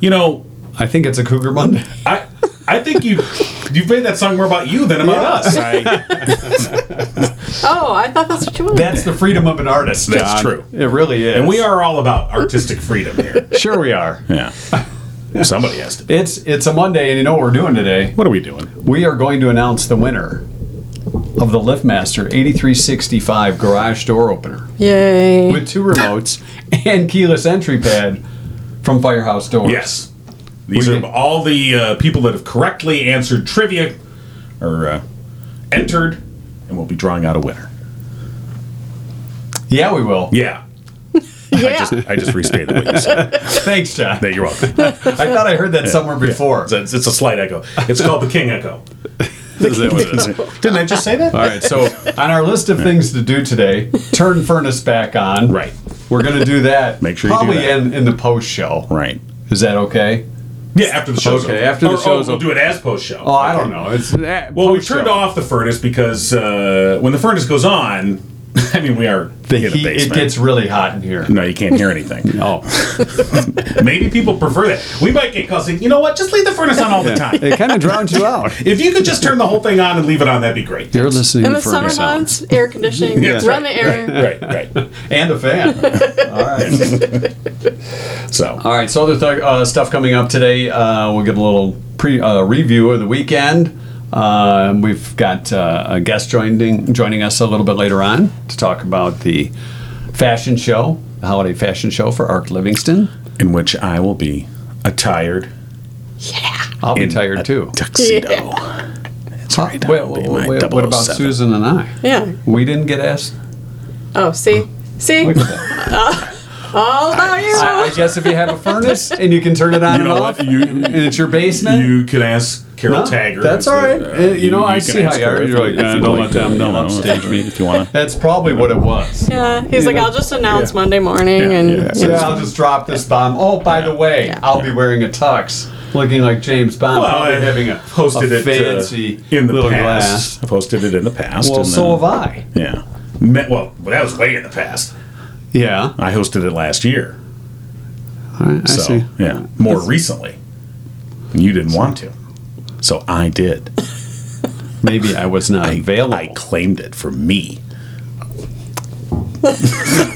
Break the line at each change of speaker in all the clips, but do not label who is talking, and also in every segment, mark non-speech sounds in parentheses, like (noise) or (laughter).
you know,
I think it's a Cougar Monday.
I I think you you've made that song more about you than about us.
I,
Oh, I thought that's what you wanted.
(laughs) that's the freedom of an artist.
That's
John.
true.
It really is.
And we are all about artistic freedom here.
sure we are.
Yeah. (laughs) Somebody has to. Be.
It's it's a Monday, and you know what we're doing today.
What are we doing?
We are going to announce the winner of the LiftMaster 8365 garage door opener
Yay.
with two remotes and keyless entry pad from Firehouse Doors.
Yes. These
We
are
did-
all the uh, people that have correctly answered trivia or uh, entered, and we'll be drawing out a winner.
Yeah, we will.
Yeah. I
Yeah.
just, I just restated what you said.
Thanks, John.
There, you're welcome.
I thought I heard that somewhere before.
It's, it's a slight echo. It's called the King (laughs) Echo.
Is that what it is?
Didn't I just say that?
All right, so (laughs) on our list of things to do today, turn furnace back on.
Right.
We're going to do that.
(laughs) Make sure you do
probably
that.
in in the post show.
Right.
Is that okay?
Yeah, after the show's
Okay,
over.
after the
Or-
show's
oh, we'll
over.
do it as post show.
Oh, I don't know. It's well,
Well, we turned off the furnace because uh, when the furnace goes on, (laughs) I mean, we are in the
He, it
basement.
gets really hot in here.
no, you can't hear
(laughs)
anything.
Oh,
Maybe people prefer that. We might get calls saying, you know what, just leave the furnace on all the time.
it
(laughs)
kind of drowns you out.
If you could just turn the whole thing on and leave it on, that'd be great.
You're listening
In
to
the summer
Furnace Sound.
months, air conditioning.
Yeah.
Run the air.
Right, right.
and a fan. All right.
So,
All right. So other th- uh, stuff coming up today. Uh, we'll get a little pre uh, review of the weekend. Uh, we've got uh, a guest joining joining us a little bit later on to talk about the fashion show, the holiday fashion show for Arc Livingston.
in which I will be attired
I'll be
in
tired
a
too.
tuxedo. That's
Huh,
right. I
wait,
will
wait,
be my
wait, what about
007.
Susan and I?
Yeah.
We didn't
(laughs)
get asked.
Oh, see? See?
Look at that.
All about you.
I, I guess if you have a furnace and you can turn it on
You
and
know
off,
what? You-
and it's your basement.
You can ask Carol
No,
Tagger.
that's all right. Uh, you know, I
can
see how
ask
you are.
her if
You're like,
if
"Uh,
you'd
don't let them- don't
you know,
upstage me."
If you want to.
That's probably what it was.
yeah. He's like,
Yeah.
I'll just announce Monday morning
Yeah,
and
yeah.
you know.
Yeah, I'll just drop this bomb. Oh, by the way,
Yeah.
I'll be wearing a tux, looking like James
(laughs)
Bond,
Well,
probably
I
having a
posted
a
it uh,
fancy
in the
little
past. I posted it in the past.
glass. Well,
and
so
then-
have I.
Yeah. Me- Well, but that was way in the past.
Yeah,
I hosted it last year.
all right, I
So,
see.
yeah, more recently. You didn't want to. So I did.
Maybe I was not available.
I claimed it for me.
All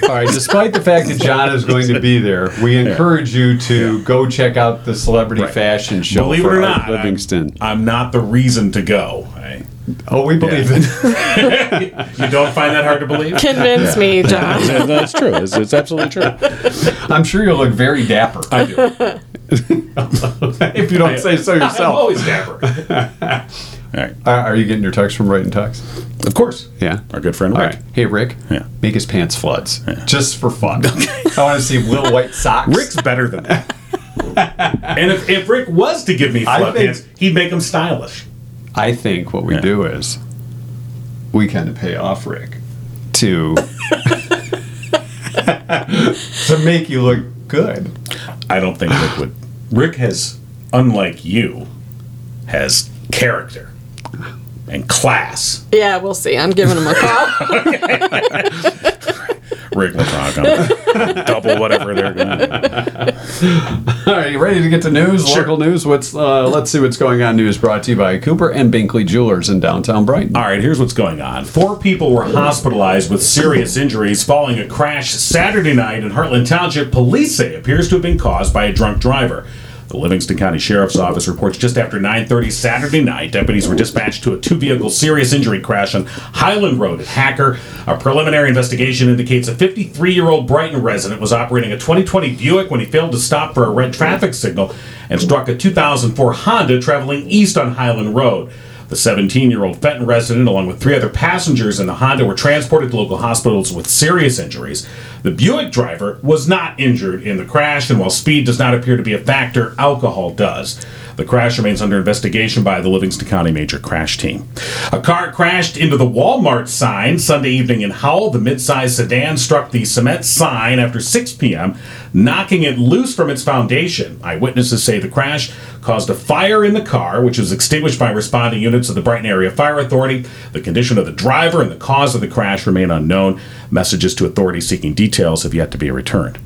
right, despite the fact that John is going to be there, we encourage you to go check out the celebrity
Right.
fashion show
Believe it
for
or
Art
not, I-
Livingston.
I'm not the reason to go. I,
oh, we believe it.
you don't find that hard to
(laughs)
believe?
Convince me, John.
That's true. It's, it's absolutely true.
I'm sure you'll look very dapper
I do.
(laughs) if you don't say so
I'm
yourself.
always dapper. (laughs) All right.
Uh, Are, are you getting your tux from Right and Tux?
Of course.
Yeah.
Our good friend
All
Rick.
right. Hey, Rick.
Yeah.
Make his pants floods just
(laughs)
for fun. I want to see little white socks.
Rick's better than that. (laughs) and if, if Rick was to give me
I
flood
think-
pants, he'd make them stylish.
I think what we
Yeah.
do is we kind of pay off Rick to (laughs) to make you look good.
I don't think Rick would. Rick has, unlike you, has character and class.
Yeah, we'll see. I'm giving him a call.
Rick will rock on double whatever they're going. to
Are you ready to get to news? Local news. What's uh, let's see what's going on. News brought to you by Cooper and Binkley Jewelers in downtown Brighton.
All right, here's what's going on. Four people were hospitalized with serious injuries following a crash Saturday night in Heartland Township. Police say appears to have been caused by a drunk driver. The Livingston County Sheriff's Office reports just after 9:30 Saturday night, deputies were dispatched to a two-vehicle serious injury crash on Highland Road at Hacker. A preliminary investigation indicates a 53-year-old Brighton resident was operating a 2020 Buick when he failed to stop for a red traffic signal and struck a 2004 Honda traveling east on Highland Road. The 17 year old Fenton resident, along with three other passengers in the Honda, were transported to local hospitals with serious injuries. The Buick driver was not injured in the crash, and while speed does not appear to be a factor, alcohol does. The crash remains under investigation by the Livingston County Major Crash Team. A car crashed into the Walmart sign Sunday evening in Howell. The midsize sedan struck the cement sign after 6 p.m., knocking it loose from its foundation. Eyewitnesses say the crash caused a fire in the car, which was extinguished by responding units of the Brighton Area Fire Authority. The condition of the driver and the cause of the crash remain unknown. Messages to authorities seeking details have yet to be returned.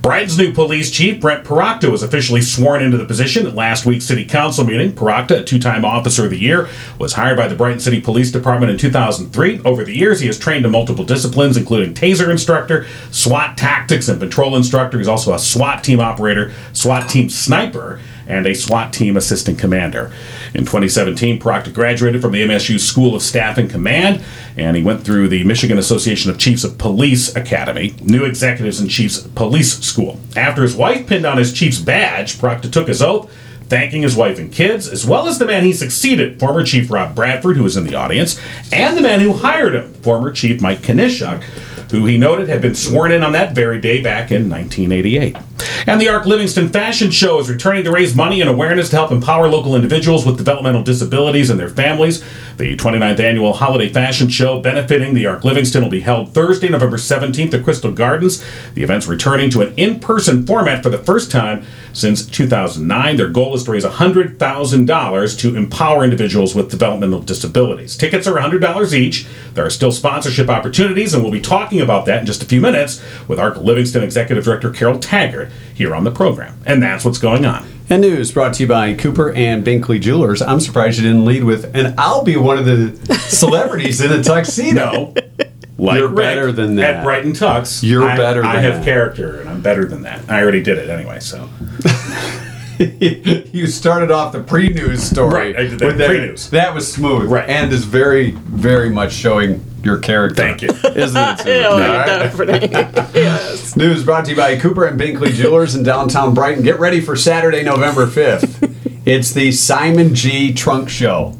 Brighton's new police chief, Brent Paracta, was officially sworn into the position at last week's city council meeting. Paracta, a two time Officer of the Year, was hired by the Brighton City Police Department in 2003. Over the years, he has trained in multiple disciplines, including taser instructor, SWAT tactics, and patrol instructor. He's also a SWAT team operator, SWAT team sniper, and a SWAT team assistant commander. In 2017, Proctor graduated from the MSU School of Staff and Command, and he went through the Michigan Association of Chiefs of Police Academy, New Executives and Chiefs Police School. After his wife pinned on his chief's badge, Proctor took his oath. Thanking his wife and kids, as well as the man he succeeded, former Chief Rob Bradford, who was in the audience, and the man who hired him, former Chief Mike Kanishuk, who he noted had been sworn in on that very day back in 1988. And the Arc Livingston Fashion Show is returning to raise money and awareness to help empower local individuals with developmental disabilities and their families. The 29th annual Holiday Fashion Show benefiting the Arc Livingston will be held Thursday, November 17th at Crystal Gardens. The event's returning to an in person format for the first time since 2009. Their goal is to raise $100,000 to empower individuals with developmental disabilities. Tickets are $100 each. There are still sponsorship opportunities, and we'll be talking about that in just a few minutes with ARC Livingston Executive Director Carol Taggart here on the program. And that's what's going on.
And news brought to you by Cooper and Binkley Jewelers. I'm surprised you didn't lead with, and I'll be one
(laughs)
of the celebrities in a tuxedo.
No. Like
You're
Rick
better than that.
At Brighton Tux.
You're
I-
better
I
than
have
that.
character and I'm better than that. I already did it anyway, so.
(laughs) you started off the pre-news story.
Right, I did that
with
pre-news.
That was smooth.
Right.
and is very, very much showing your character.
Thank you.
(laughs) Isn't it?
Ew,
(laughs)
Susan? All right.
definitely. yes.
News brought to you by Cooper and Binkley Jewelers in downtown Brighton. Get ready for Saturday, November 5th. It's the Simon G. Trunk Show.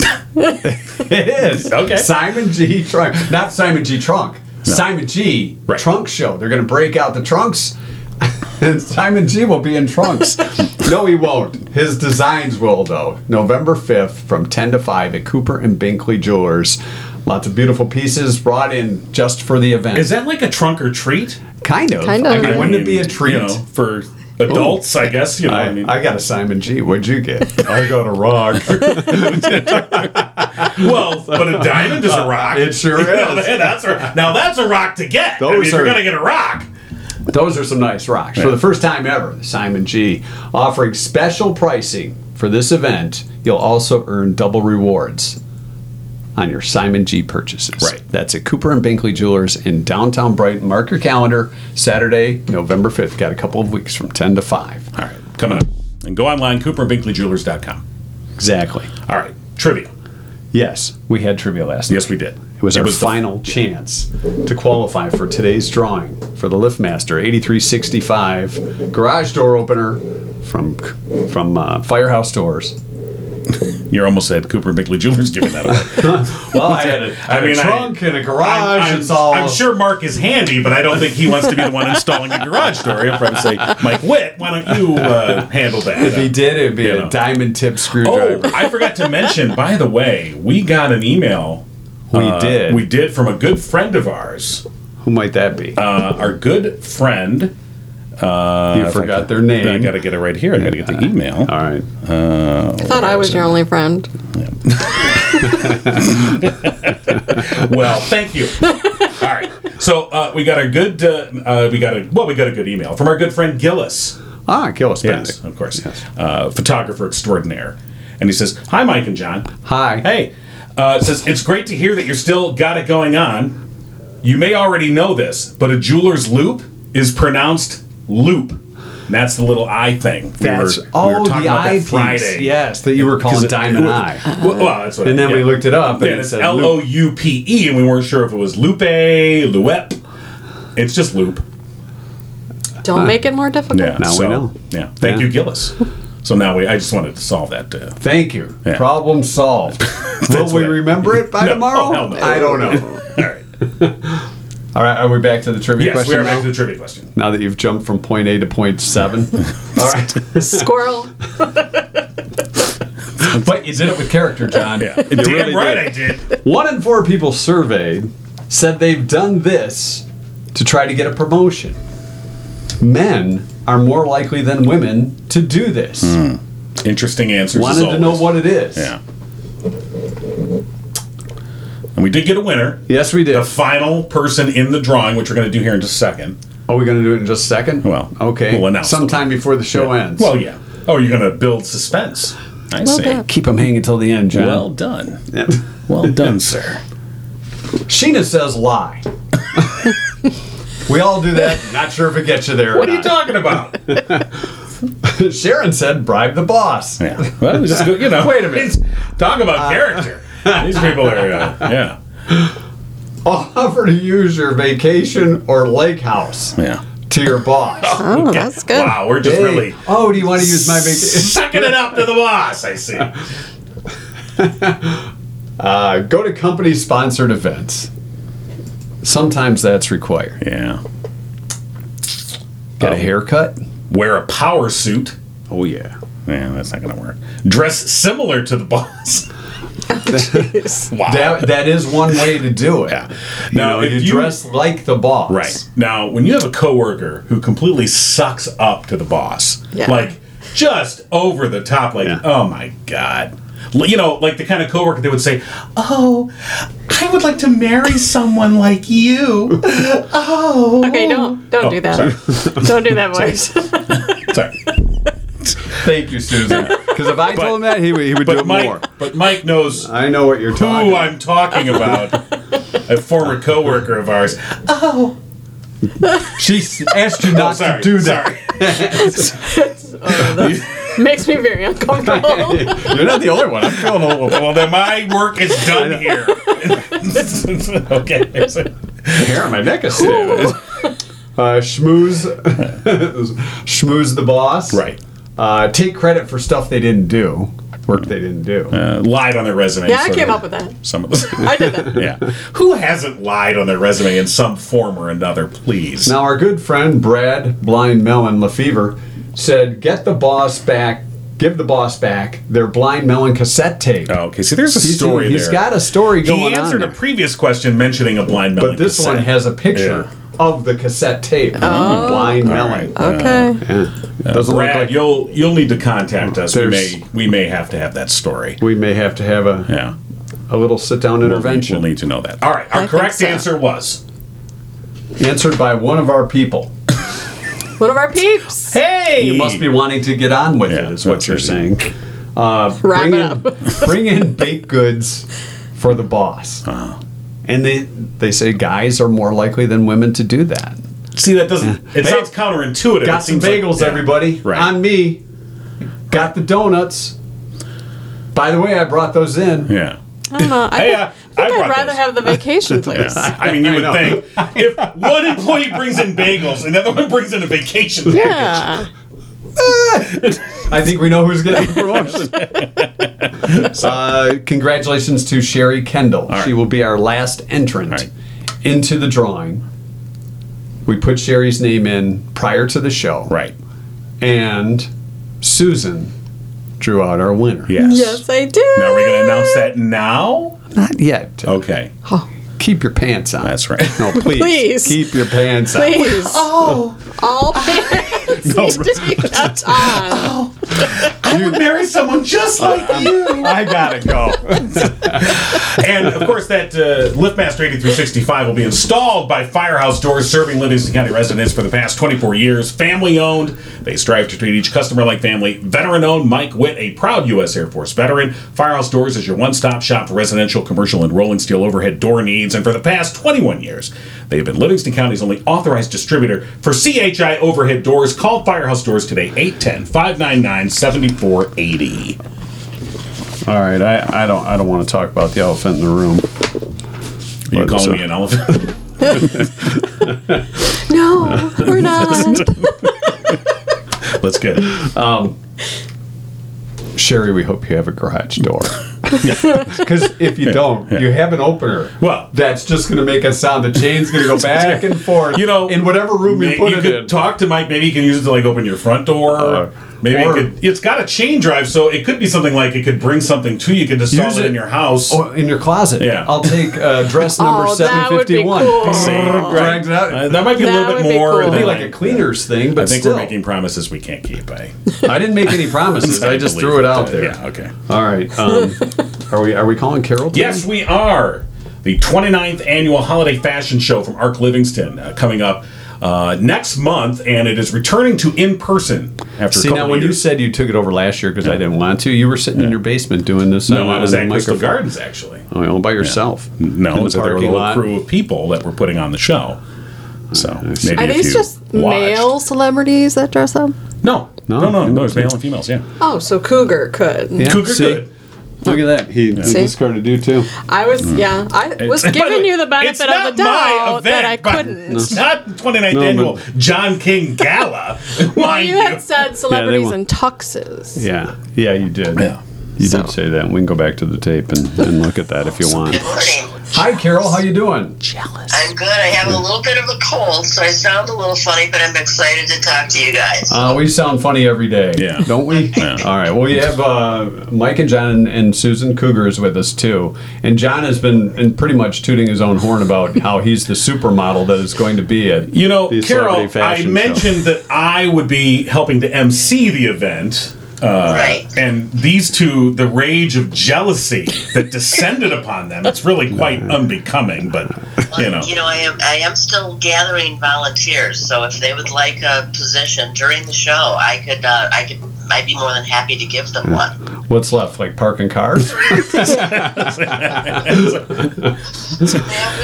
it is.
Okay.
Simon G. Trunk. Not Simon G. Trunk. Simon G.
Right.
Trunk Show. They're going to break out the trunks. And Simon G will be in trunks. no, he won't. His designs will, though. November 5th from 10 to 5 at Cooper and Binkley Jewelers. Lots of beautiful pieces brought in just for the event.
Is that like a trunk or treat?
Kind of.
Kind of.
I mean,
I
wouldn't it be a
mean,
treat?
you know, for adults? I guess you know. I,
I,
mean,
I got a Simon G. What'd you (laughs) get? I got a rock.
well, but a diamond
(laughs)
is a rock.
Uh, It
(laughs)
sure
You know,
is.
that's a, now that's a rock to get. I mean,
Those
if you're
are-
gonna get a rock.
Those are some nice rocks. For the first time ever, Simon G. offering special pricing for this event. You'll also earn double rewards on your Simon G. purchases.
Right.
That's at Cooper and Binkley Jewelers in downtown Brighton. Mark your calendar. Saturday, November 5th. Got a couple of weeks from 10 to 5.
All right, come on, and go online cooperandbinkleyjewelers.com.
Exactly.
All right, trivia.
Yes, we had trivia last night.
Yes, we did.
It was our
the-
final chance to qualify for today's drawing for the LiftMaster 8365 garage door opener from from uh, Firehouse Doors.
you almost had Cooper and Binkley Jewelers giving that away.
Well, I had a, (laughs) I
I mean,
a
I-
trunk and a
I'm,
garage.
I'm-
it's all.
I'm sure Mark is handy, but I don't think he wants to be the one installing a garage door. He'll probably say, "Mike Witt, why don't you uh, handle that?"
If he did, it'd be
You
a
know.
diamond tip
Oh,
screwdriver.
I forgot to mention, by the way, we got an email.
We did.
uh, We did from a good friend of ours.
Who might that be?
Uh, our good friend.
you forgot their name.
I got to get it right here. I got to get the email.
all right.
I thought I was your only friend.
Oh.
Well, thank
(laughs)
you. All right. So uh, we got our good. Uh, uh, we got a well. We got a good email from our good friend Gillis.
Ah, Gillis
Yes,
Benedict.
of course. Uh, photographer extraordinaire. And he says, "Hi, Mike and John.
Hi.
Hey, uh, it says it's great to hear that you're still got it going on. You may already know this, but a jeweler's loop is pronounced loop. And that's the little eye thing. We
That's
were- we were
oh
talking
the
about that
eye piece.
Friday.
Yes, that you were
Because
calling
it-
diamond
it-
eye.
Well, well, that's what.
And then
yeah.
we looked it up,
Yeah,
and it
it's
said
L O U P E, and we weren't sure if it was Lupe, Luep. It's just loop.
Don't make it more difficult.
Now we know.
Yeah. Thank
Yeah.
you, Gillis. So now we. I just wanted to solve that. Uh,
Thank you.
Yeah. (laughs)
Problem solved. Will we
what I-
remember it by
(laughs) No,
tomorrow?
oh, hell no.
I don't
(laughs)
know.
all right.
All right, are we back to the trivia
Yes, we
question
are
now?
back to the trivia question.
now that you've jumped from point A to point
(laughs)
seven? All
(laughs)
right.
Squirrel.
But you did it with character, John.
Yeah. (laughs)
You
Damn
really
right
did.
I did.
One in four people surveyed said they've done this to try to get a promotion. Men are more likely than women to do this.
Hmm. Interesting answers. as
Wanted to know
always.
what it is.
Yeah. And we we did get a winner.
Yes, we did.
The final person in the drawing, which we're going to do here in just a second.
Are we going to do it in just a second?
Well,
okay.
we'll announce
Sometime before the show ends.
Well, yeah. Oh, you're going to build suspense. I see.
done.
(laughs)
keep them hanging till the end, John.
Well done.
Yeah.
(laughs) Well done, sir.
Sheena says lie. (laughs) we all do that. Not sure if it gets you there.
What
or
are you
not.
talking
(laughs)
about?
Sharon said bribe the boss.
Yeah. Well, just go, you know.
Wait a minute. Uh,
It's- Talk about
(laughs)
character. These people are, uh, yeah.
Offer to use your vacation or lake house
Yeah.
to
(laughs)
your boss.
Oh, that's good.
Wow, we're just
Hey,
really
(laughs) Oh, do you want to use
(laughs)
my vacation?
sucking it up to the boss, I
(laughs)
see.
Uh, go to company sponsored events. Sometimes that's required.
Yeah. Oh.
Get a haircut?
Wear a power suit.
Oh, yeah.
Yeah, that's not going to work. Dress similar to the (laughs) boss. wow.
That, that is one way to do it.
(laughs) Yeah.
You
Now,
know,
if
you
you-
dress like the boss.
Right. Now, when you have a coworker who completely sucks up to the boss,
Yeah.
like just over the top, like,
Yeah.
oh my God. L- You know, like the kind of coworker that would say, Oh, I would like to marry someone like you.
Okay, don't don't do that. (laughs) Don't do that voice.
(laughs) Oh, (laughs) Sorry.
Thank you, Susan.
(laughs)
Because if I
But-
told him that, he would, he would do
But
it more.
Mike, but Mike knows
I know what you're talking
who I'm talking about. A former coworker of ours. (laughs)
She s- asked you not
Oh, Sorry,
to do that.
sorry.
(laughs) Makes me very
(laughs)
uncomfortable.
you're not the only one. I'm feeling a little
Well, then my
(laughs)
work is done here. (laughs) okay.
hair on my neck is standing. Uh, schmooze, (laughs) schmooze the boss.
Right.
Uh, take credit for stuff they didn't do, work they didn't do.
Uh, lied on their resume.
Yeah, I
sort
came
of.
up with that.
Some of us.
I did that.
yeah. (laughs) Who hasn't lied on their resume in some form or another, please?
Now, our good friend Brad Blind Melon Lefevre said, "Get the boss back. Give the boss back their Blind Melon cassette tape."
Oh, okay, see, there's a
He's-
story
he's
there.
got a story
he
going on.
answered a
there.
previous question mentioning a blind melon.
But this one
cassette.
has a picture of the cassette tape. Blind Melon.
right.
Okay.
Yeah. Doesn't look
Brad,
like
you'll you'll need to contact us. We
There's-
may we may have to have that story.
we may have to have a,
Yeah,
a little sit down intervention.
We'll need to know that. All right, our
I think
correct
so.
answer was
Answered by one of our people.
One of our peeps.
Hey,
You must be wanting to get on with
Yeah,
it, is what
that's
you're
it.
saying. Uh,
Wrap
bring,
it
in, (laughs) bring in baked goods for the boss.
Uh-huh.
And they, they say guys are more likely than women to do that.
see that doesn't. It
Hey,
sounds counterintuitive.
Got
It
some
seems like-
bagels,
yeah.
everybody.
Right.
On me. Got the donuts. By the way, I brought those in.
Yeah.
I don't know. I
Hey,
think,
uh,
I think
I
I'd
brought
rather
those.
have the vacation place.
(laughs) Yeah. I mean, you
I
would
know. (laughs)
think if one employee brings in bagels and the other one brings in a vacation
Yeah.
I think we know who's (laughs) getting the promotion. uh, congratulations to Sherry Kendall. She will be our last entrant
All right.
into the drawing. We put Sherry's name in prior to the show.
Right.
And Susan drew out our winner.
Yes.
Yes, I do.
Now, are we going to announce that now?
Not yet.
Okay.
Keep your pants on.
That's right.
No, please.
Please.
Keep your pants
(laughs)
on.
Please.
Oh, (laughs)
All pants (laughs) need to be kept on.
I would marry someone just like you.
I gotta go.
And of course, that uh, LiftMaster 8365 will be installed by Firehouse Doors, serving Livingston County residents for the past 24 years. Family owned, they strive to treat each customer like family. Veteran owned, Mike Witt, a proud U.S. Air Force veteran. Firehouse Doors is your one stop shop for residential, commercial, and rolling steel overhead door needs. And for the past 21 years, they have been Livingston County's only authorized distributor for CHI overhead doors. Call Firehouse Doors today, 810 599 7480.
All right, I, I don't I don't want to talk about the elephant in the room.
Are you
But,
calling
uh,
me an elephant? (laughs)
No,
(laughs)
we're not.
Let's get it.
Sherry, we hope you have a garage door. Because if you don't, you have an opener.
Well-
that's just going to make a sound. The chain's going
(laughs)
to go back and forth.
You know,
in whatever room
May-
you put
you
it
could
in.
talk to Mike. Maybe you can use it to like open your front door.
Uh,
maybe
or-
it could, it's got a chain drive, so it could be something like it could bring something to you. You could install
Use
it,
it.
in your house.
Oh, in your closet.
Yeah.
I'll take uh, dress number
(laughs) Oh, that would be
751.
cool.
See?
(laughs) Drags it out.
Uh, that might be a
That
little bit
would be
more.
cool.
It'd
Than
be like a cleaner's thing, but
I think
still.
we're making promises we can't keep.
(laughs)
I,
I didn't make
(laughs)
any promises. I just threw it out there.
Yeah. Okay. (laughs)
All right. Um, are we are we calling Carol? today?
Yes, we are. the 29th annual holiday fashion show from Arc Livingston uh, coming up uh, next month, and it is returning to in person after.
See
a couple
now, when
of
you
years.
said you took it over last year because I didn't want to, you were sitting in your basement doing this.
no, I was
on
at
the
Crystal
microphone.
Gardens actually.
Oh, all by yourself.
No,
in
it
the
was that there were a
parking
little
lot.
crew of people that were putting on the show. So maybe
Are
if
these
you
just
watched-
male celebrities that dress up?
No, no,
No.
no, no. There's male and females. Yeah,
Oh, so Cougar could.
Yeah,
Cougar
see?
good.
Look at that. He
See?
discarded you too.
I was, yeah, I was
Mm. (laughs) It's- by the
giving
way,
you the
it's
benefit
not
of the
my
doubt that I
event, but
couldn't.
It's not the 29th
No,
annual John King Gala.
(laughs) Well,
mind
you had said celebrities
won't.
in tuxes.
Yeah, yeah, you did.
Yeah.
You
So-
did say that. We can go back to the tape and, and look at that if you want.
Good morning.
Hi, Carol. How you doing?
I'm good. I have a little bit of a cold, so I sound a little funny, but I'm excited to talk to you guys.
Uh, we sound funny every day.
Yeah.
Don't we? (laughs) All right. Well, we have uh, Mike and John and, and Susan Cougar is with us too. And John has been and pretty much tooting his own horn about how he's the supermodel that is going to be at.
You know,
the
Carol,
celebrity
I
fashion show.
mentioned that I would be helping to MC the event. Uh,
Right.
And these two, the rage of jealousy that descended upon them, it's really quite unbecoming, but you know.
you know, I am I am still gathering volunteers, so if they would like a position during the show, I could uh, I could I'd be more than happy to give them one.
What's left? Like parking cars?
We have, we have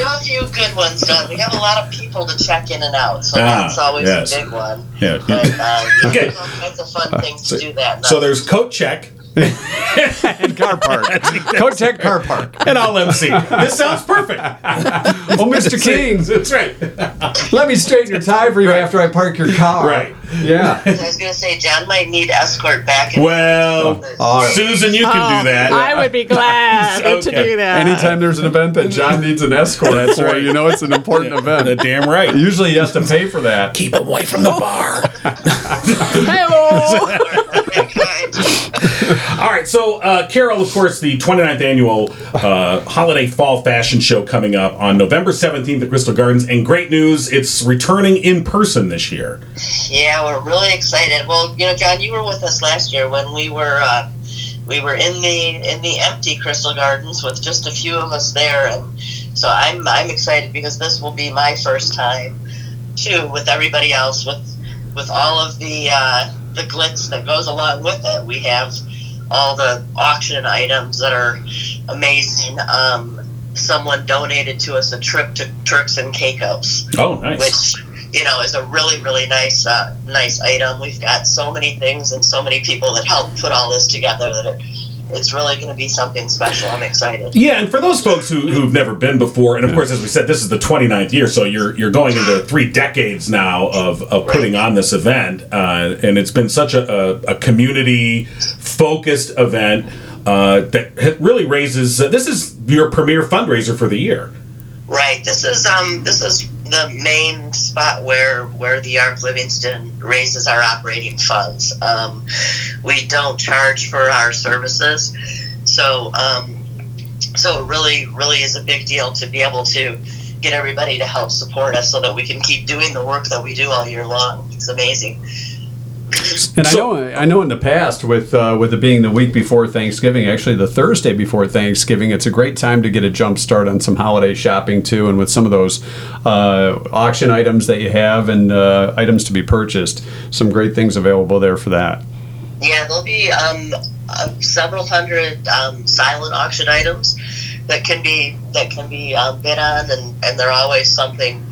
a few good ones done. We have a lot of people to check in and out, so
Ah,
that's always
yes.
a big one.
Yeah.
But uh,
(laughs) Okay.
okay. that's a fun thing to do that.
So there's coat check,
and (laughs) car (laughs) park. Kotech car park.
and I'll MC. This sounds perfect.
Oh, Mr. King,
That's right.
let me straighten your tie for you after I park your car.
Right.
Yeah.
I was gonna say John might need escort back. and-
Well,
(laughs)
All right.
Susan, you can
Oh,
do that.
I would
(laughs)
be glad
Okay.
to do that.
Anytime there's an event that John needs an escort, that's right. You know it's an important
Uh,
event.
damn right. Oh.
Usually he has to pay for that.
keep away from the bar. (laughs)
Hey-oh.
All right, so uh, Carol, of course, the 29th annual uh, holiday fall fashion show coming up on November 17th at Crystal Gardens, and great news, it's returning in person this year.
Yeah, we're really excited. Well, you know, John, you were with us last year when we were uh, we were in the in the empty Crystal Gardens with just a few of us there, and so I'm I'm excited because this will be my first time too with everybody else with with all of the uh, the glitz that goes along with it. We have all the auction items that are amazing. Um, someone donated to us a trip to Turks and Caicos
Oh, nice.
which you know is a really really nice uh, nice item. We've got so many things and so many people that help put all this together that it, it's really going to be something special. I'm excited.
Yeah, and for those folks who, who've never been before, and of course, as we said, this is the 29th year, so you're you're going into three decades now of, of putting on this event, uh, and it's been such a, a, a community focused event uh, that ha- really raises. Uh, this is your premier fundraiser for the year.
Right. This is um this is the main spot where where the Arc Livingston raises our operating funds. Um, we don't charge for our services, so um, so it really really is a big deal to be able to get everybody to help support us so that we can keep doing the work that we do all year long. It's amazing.
And
So-
I know, I know, in the past, with uh, with it being the week before Thanksgiving, actually the Thursday before Thanksgiving, it's a great time to get a jump start on some holiday shopping too, and with some of those uh, auction items that you have and uh, items to be purchased, some great things available there for that.
Yeah, there'll be um, uh, several hundred um, silent auction items that can be that can be um, bid on, and, and they're always something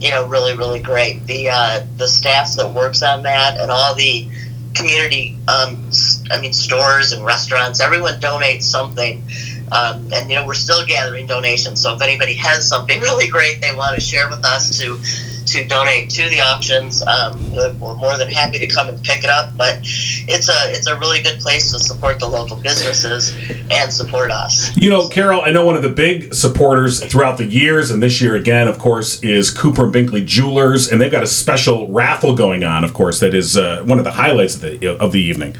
you know really really great. The uh, the staff that works on that and all the community, um, s- I mean stores and restaurants, everyone donates something. Um, and you know we're still gathering donations, so if anybody has something really great they want to share with us to to donate to the auctions, um, we're we're more than happy to come and pick it up. But it's a it's a really good place to support the local businesses and support us.
You know, Carol, I know one of the big supporters throughout the years, and this year again, of course, is Cooper and Binkley Jewelers, and they've got a special raffle going on, of course, that is uh, one of the highlights of the, of the evening.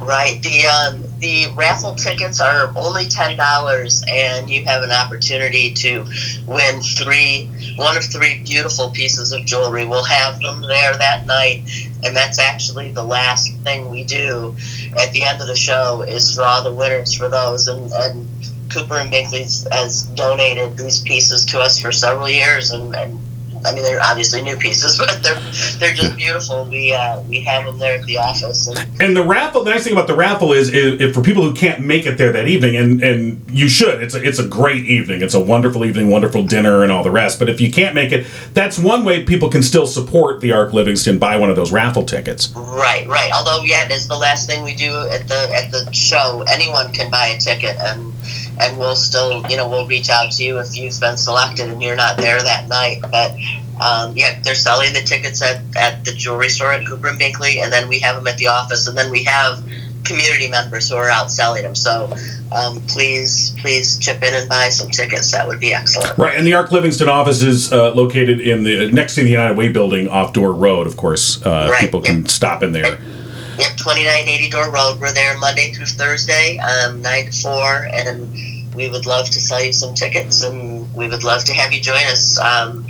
Right. The um, the raffle tickets are only ten dollars, and you have an opportunity to win three one of three beautiful pieces of jewelry. We'll have them there that night, and that's actually the last thing we do at the end of the show is draw the winners for those, and and Cooper and Binkley's has donated these pieces to us for several years, and, and I mean they're obviously new pieces, (laughs) but they're they're just beautiful. We uh, we have them there at the office, and
And the raffle, the nice thing about the raffle is, is if for people who can't make it there that evening, and, and you should, it's a, it's a great evening. It's a wonderful evening, wonderful dinner, and all the rest. But if you can't make it, that's one way people can still support the Arc Livingston, buy one of those raffle tickets.
right, right. Although yeah, it is the last thing we do at the at the show. Anyone can buy a ticket, and and we'll still you know we'll reach out to you if you've been selected and you're not there that night, but. Um, yeah, they're selling the tickets at, at the jewelry store at Cooper and Binkley, and then we have them at the office, and then we have community members who are out selling them. So um, please, please chip in and buy some tickets. That would be excellent.
Right, and the Arc Livingston office is uh, located in the next to the United Way building off Door Road, of course. Uh,
Right.
People can stop in there.
Yep, 2980 Door Road. We're there Monday through Thursday, um, 9 to 4, and we would love to sell you some tickets, and we would love to have you join us um,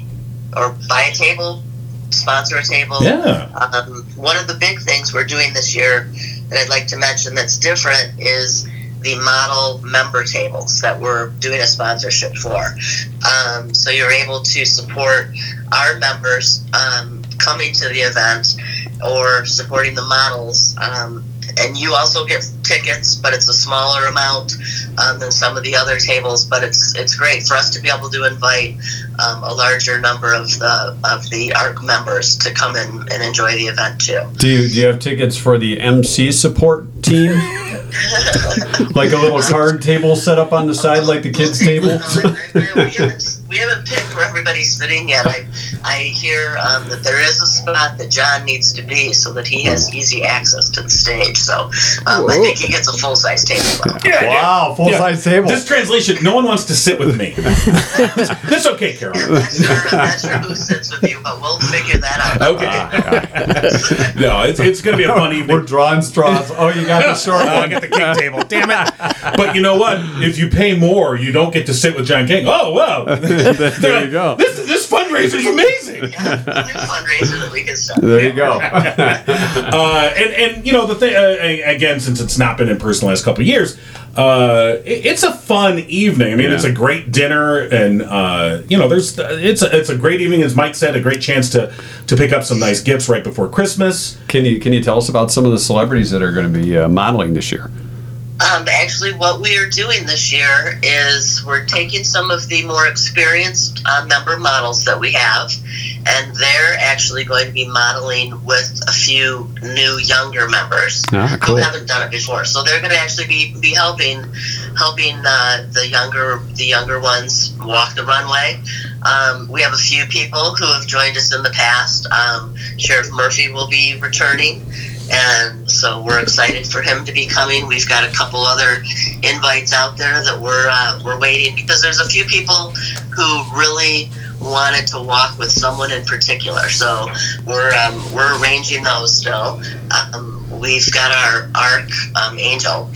or buy a table, sponsor a table.
Yeah.
Um, one of the big things we're doing this year that I'd like to mention that's different is the model member tables that we're doing a sponsorship for. Um, so you're able to support our members um, coming to the event or supporting the models. Um, and you also get tickets, but it's a smaller amount um, than some of the other tables. But it's it's great for us to be able to invite um, a larger number of the of the ARC members to come in and enjoy the event too.
Do you, do you have tickets for the MC support team? like a little card table set up on the side, like the kids' table?
(laughs) we, haven't, we haven't picked where everybody's sitting yet. I, I hear um, that there is a spot that John needs to be so that he has easy access to the stage. So um, I think he gets a full size
(laughs)
table.
Wow, full size table.
This translation, no one wants to sit with me. That's okay, Carol.
I'm not sure, I'm not sure who sits with you, but we'll figure that out.
Okay. (laughs) no, it's, it's going to be a fun evening.
We're drawing straws. Oh, you
(laughs)
got the short
Oh, I
one.
got the king table. Damn it! (laughs) But you know what? If you pay more, you don't get to sit with John King. Oh wow!
(laughs)
(laughs)
there you go.
This this fundraiser's amazing.
Yeah, it's a fundraiser that we can start.
There you go.
Uh, and and you know the thing uh, a- again, since it's not been in person the last couple of years, uh, it- it's a fun evening. I mean, it's
Yeah.
a great dinner, and uh, you know, there's it's a, it's a great evening. As Mike said, a great chance to to pick up some nice gifts right before Christmas.
Can you can you tell us about some of the celebrities that are going to be uh, modeling this year?
Um, actually, what we are doing this year is we're taking some of the more experienced uh, member models that we have, and they're actually going to be modeling with a few new younger members
Ah, cool.
who haven't done it before. So they're going to actually be, be helping helping uh, the younger the younger ones walk the runway. Um, we have a few people who have joined us in the past. Um, Sheriff Murphy will be returning, and so we're excited for him to be coming. We've got a couple other invites out there that we're uh, we're waiting because there's a few people who really wanted to walk with someone in particular. So we're um, we're arranging those still. Um, we've got our arc um, angel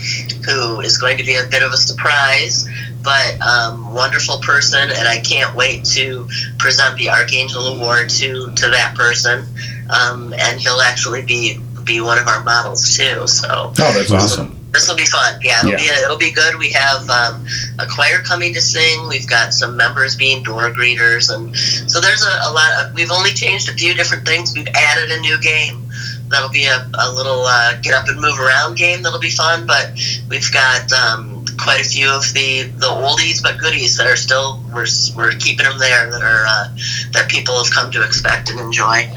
who is going to be a bit of a surprise but um, wonderful person and i can't wait to present the archangel award to to that person um, and he'll actually be be one of our models too so
Oh, that's awesome.
this will be fun. Yeah, it'll, Be, it'll be good. We have um, a choir coming to sing. We've got some members being door greeters, and so there's a, a lot. Of, we've only changed a few different things. We've added a new game. That'll be a, a little uh, get up and move around game. That'll be fun. But we've got um, quite a few of the, the oldies but goodies that are still we're, s- we're keeping them there that are uh, that people have come to expect and enjoy.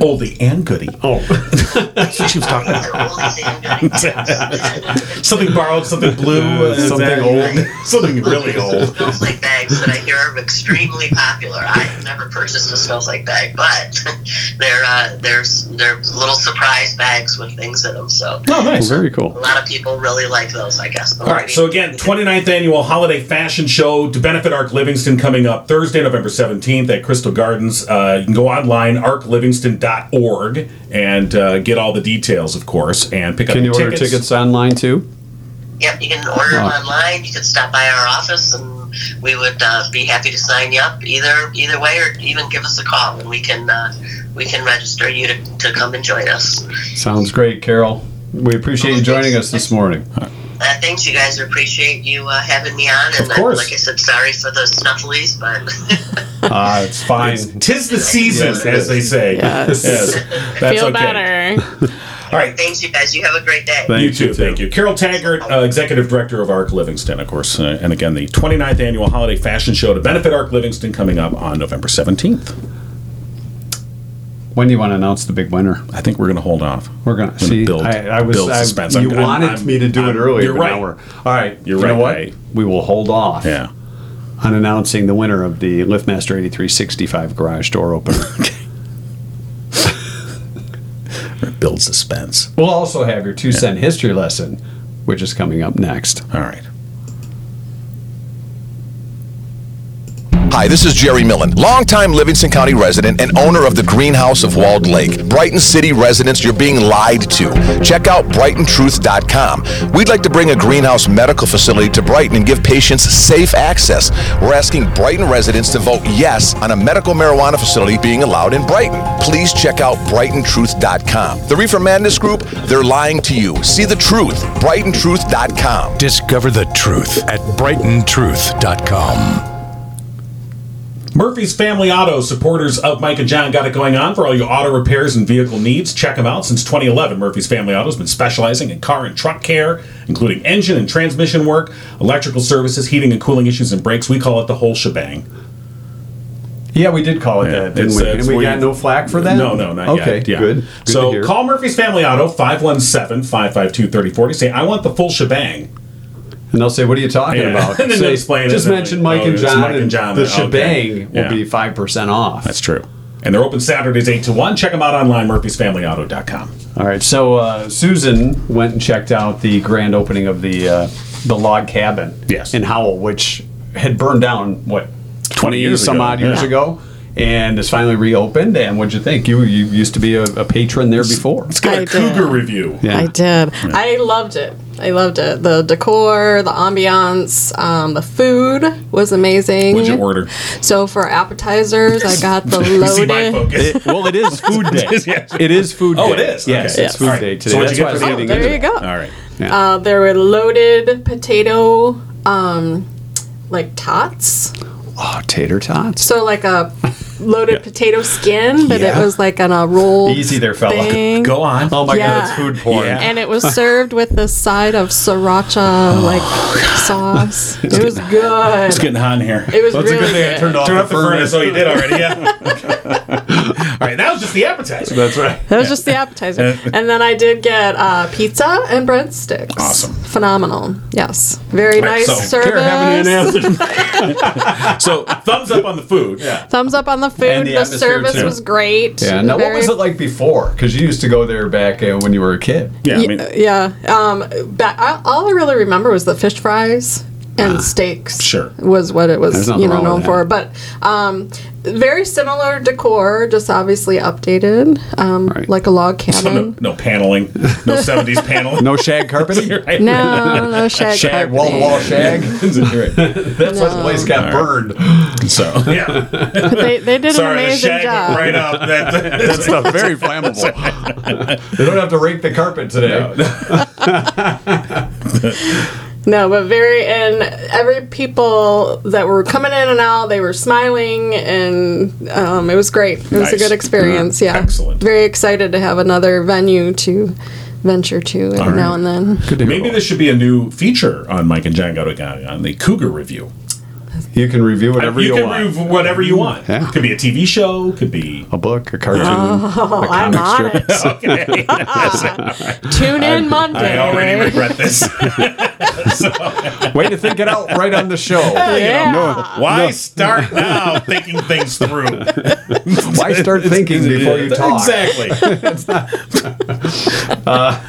Oldie and goodie.
Oh,
she was talking
They're oldies and goodies.
something borrowed, something blue, (laughs)
Uh,
is
something
that- (laughs)
old.
something really
(laughs)
old.
Snowflake bags that I hear are extremely popular. I've never purchased a snowflake bag, but they're uh, they're they're little surprise bags with things in them. So
Oh, nice.
very
a
cool.
lot of people really like those, I guess.
All right, so again, 29th annual holiday fashion show to benefit Arc Livingston coming up Thursday, November 17th at Crystal Gardens. Uh, you can go online, arclivingston.org, and uh, get all the details, of course, and pick up
Can you
your
order tickets online too?
yep, you can order them online. You can stop by our office, and we would uh, be happy to sign you up either either way, or even give us a call, and we can uh, we can register you to, to come and join us.
Sounds great, Carol. We appreciate you joining us this morning.
uh, thanks, you guys. I appreciate you uh, having me on. And
Of course.
I, like I said, sorry for the snufflies, but (laughs)
Uh, it's fine.
Tis the season,
Yes, it
as they say.
Yes.
That's
Feel
okay.
better.
All right.
thanks, you guys. You have a great day.
You
Thank
too, Thank you. Carol Taggart, uh, Executive Director of ARC Livingston, of course. Uh, and again, the 29th Annual Holiday Fashion Show to benefit ARC Livingston coming up on November 17th.
When do you want to announce the big winner?
I think we're going to hold off.
We're gonna see.
build-
I, I was.
build
I,
suspense.
You
I'm- I'm-
wanted
I'm-
me to do
I'm-
it earlier.
you're
but now
right.
we're- all right.
You're
you
right,
Know what?
Nate.
We will hold off.
Yeah.
On announcing the winner of the LiftMaster 8365 garage door opener.
Build suspense.
we'll also have your two cent history lesson, which is coming up next.
All right.
Hi, this is Jerry Millen, longtime Livingston County resident and owner of the Greenhouse of Walled Lake. Brighton City residents, you're being lied to. Check out BrightonTruth.com. We'd like to bring a greenhouse medical facility to Brighton and give patients safe access. We're asking Brighton residents to vote yes on a medical marijuana facility being allowed in Brighton. Please check out BrightonTruth.com. The Reefer Madness Group, they're lying to you. See the truth. BrightonTruth.com.
Discover the truth at brightentruth.com.
Murphy's Family Auto supporters of Mike and John got it going on for all your auto repairs and vehicle needs. Check them out since 2011. Murphy's Family Auto has been specializing in car and truck care, including engine and transmission work, electrical services, heating and cooling issues, and brakes. We call it the whole shebang.
Yeah, we did call it
Yeah,
that, didn't
it's- uh,
we?
it's
And we
where
got
you-
no flack for that?
No, no, not yet.
okay,
Yeah.
good. Good to
so
hear.
call Murphy's Family Auto 517 552 3040. Say, I want the full shebang.
And they'll say, "What are you talking
Yeah. (laughs)
about?"
And then
Say,
they'll explain it,
Just
and then
mention
they-
Mike
oh,
and
it's
John.
Mike and
and
John,
The
okay.
shebang
Yeah.
will be five percent off.
That's true. And they're open Saturdays 8 to 1. Check them out online, murphysfamilyauto.com.
All right. So uh, Susan went and checked out the grand opening of the uh, the log cabin.
Yes.
In Howell, which had burned down what
20 years
some
ago.
odd years
Yeah.
ago, and is finally reopened. And what'd you think? You you used to be a, a patron there before.
Let's get
I
a
did.
cougar review.
Yeah.
I did. I loved it. I loved it. The decor, the ambiance, um, the food was amazing.
What'd you order?
So for appetizers, I got
(laughs)
the
See my
loaded.
focus.
well, it is
(laughs)
food day. It is food.
Oh,
day.
it is?
Yes,
Okay.
it's
Yeah.
food
All right.
day today.
So what'd
That's
you
why
get for the
I was
evening?
There
leading into
you go.
All right.
Uh, there were loaded potato, um, like tots.
Oh, tater tots.
So like a loaded potato skin, but it
Yeah.
was like on a roll.
Easy there, fella.
Thing.
Go on.
Oh my
Yeah.
god, it's food porn.
Yeah.
And it was served with a side of
Oh,
sriracha like sauce. It was
It's
good.
getting hot in here.
It was
Well, it's a
really
good thing I
good.
turned off
Turn
the
off the furnace.
furnace.
Oh, you did already.
(laughs)
Yeah. All right. That was just the appetizer.
That's right.
That was just the appetizer. and then I did get uh, pizza and breadsticks.
Awesome.
Phenomenal. Yes. Very
Right,
nice
so-
Here, having
service.
an answer.
So thumbs up on the food. Yeah.
(laughs) Thumbs up on the food.
And the
The,
atmosphere,
service
too.
was great.
Yeah. Now, what
Very-
was it like before? Because you used to go there back uh, when you were a kid.
Yeah. I mean,
Yeah. Um, but I, all I really remember was the fish fries and steaks.
sure.
Was what it was,
Ah, There's nothing
you know,
wrong with
known
that.
for. But um, very similar decor, just obviously updated, um,
Right.
like a
(laughs)
log
so no,
cabin.
no paneling. No 70s paneling.
No Oh, shag carpeting.
(laughs) Right.
No, (laughs) no shag.
shag,
carpeting.
wall to
(laughs)
wall shag.
Right.
(laughs) That's why the
No.
place got burned.
So yeah.
They, they did an
Sorry, the
amazing
shag went
job.
right up. That,
That stuff very flammable. they don't have to rake the carpet today.
No, but very and every people that were coming in and out, they were smiling, and um, it was great. It was a
Nice. Uh-huh.
good experience. Yeah,
Excellent.
Very excited to have another venue to venture to every now and then.
Maybe this should be a new feature on Mike and John Got It Going on the Cougar Review.
You can review whatever you,
you can
want.
review whatever you want.
Yeah.
Could be a TV show. Could
(laughs)
be.
a book, a cartoon,
Uh-huh.
a
Oh, I'm
comic
on
strip.
it.
Okay.
Tune in
(laughs) I
Monday.
already regret
(laughs)
this.
Way to think it out right on
(laughs)
the show.
yeah.
Why start now thinking things through?
Why start thinking before you talk?
Exactly.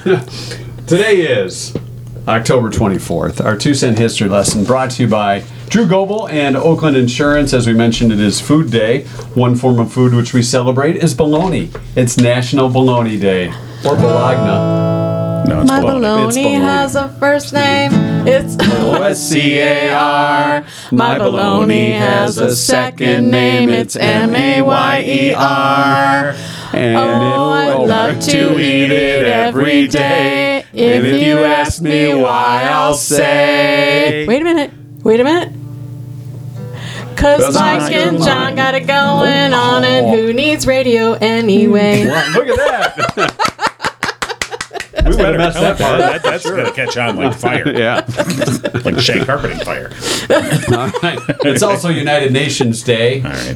Today is October 24th, our two cent history lesson brought to you by Drew Goble and Oakland Insurance. As we mentioned, it is Food Day. One form of food which we celebrate is bologna. It's National Bologna Day or Bologna.
No, it's
My
baloney.
It's
baloney
baloney.
has a first name. It's
O S
E
C A R. My bologna has a second name. It's M A Y E R. And
Oh, I love to eat it every day. If,
you ask me why, I'll say-
Wait a minute. Wait a minute. Cause
That's
Mike
not
and
your
John
line. Oh.
got it going on, and who needs radio
(laughs)
anyway?
Look at that. (laughs) we would have messed that part.
That, that's going to catch on like fire,
Yeah.
like Shane Carpeting fire.
All right. It's also United Nations Day.
All right.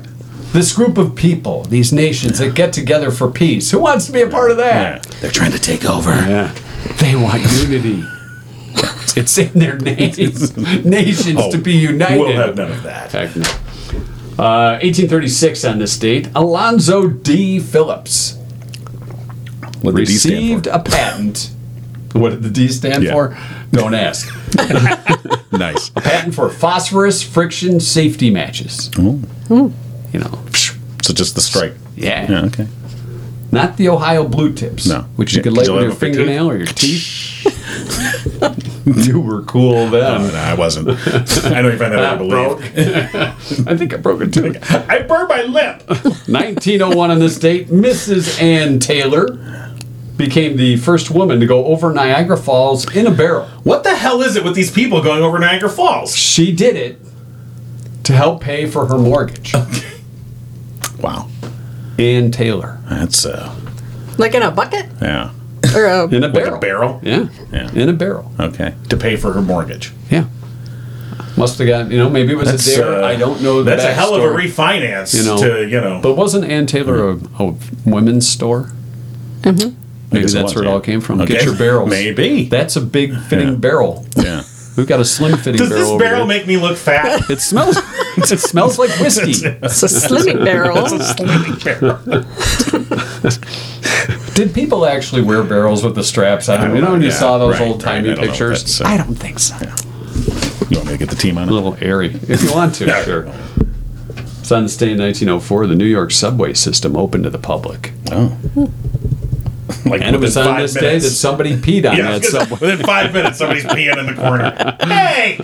This group of people, these nations that get together for peace. Who wants to be a part of
Yeah.
that?
They're trying to take over.
Yeah.
(laughs)
They want unity. it's in their names. nations
Oh,
to be united.
We'll have none of that.
Heck no. Uh, 1836 on this date, Alonzo D. Phillips
What the D stand for?
received a patent. What did the D stand
Yeah.
for? Don't ask.
Nice.
patent for phosphorus friction safety matches.
Oh.
You know,
So just the strike.
yeah.
Yeah. Okay.
Not the Ohio blue tips,
No.
which you
Yeah,
could lay
'cause you'll
with your
have a big
fingernail or your teeth.
(laughs)
(laughs) you were cool
No,
then.
no, I wasn't. I don't even have to believe.
I think I broke a (laughs) tooth.
I burned my lip.
1901 on this date, Mrs. Ann Taylor became the first woman to go over Niagara Falls in a barrel.
What the hell is it with these people going over Niagara Falls?
She did it to help pay for her mortgage.
Wow.
Ann Taylor
That's uh.
like in a bucket
Yeah.
or a
in a
Like
barrel.
a barrel.
Yeah.
Yeah.
in a barrel.
Okay. To pay for her mortgage.
Yeah, must have got you know maybe it was
That's,
a dare.
uh,
I don't know. The
That's a hell of a
backstory.
refinance
You know.
to you know.
But wasn't Ann Taylor a, a women's store? Mm-hmm. Maybe
guess it
that's
was,
where
yeah.
it all came from.
Okay.
Get your barrels.
Maybe.
that's a big fitting barrel. (laughs)
yeah.
We've got a slim fitting
Does
barrel.
this
over
barrel
there.
make me look (laughs) fat?
It smells. (laughs) it smells like whiskey.
it's a slimming
(laughs)
barrel.
Did people actually wear barrels with the straps on them? You know when you
Yeah,
saw those
right,
old timey
right. I don't know if
pictures.
that's, uh,
I don't think so.
You want me to get the team on
A
it?
little airy, if you want to. sure. It's on this day in 1904. The New York subway system opened to the public,
Oh. Like
and it was
within
on
five
this day
minutes.
that somebody peed on
Yeah, I (laughs)
that
was gonna say,
subway.
within five minutes, somebody's peeing in the corner. (laughs) Hey!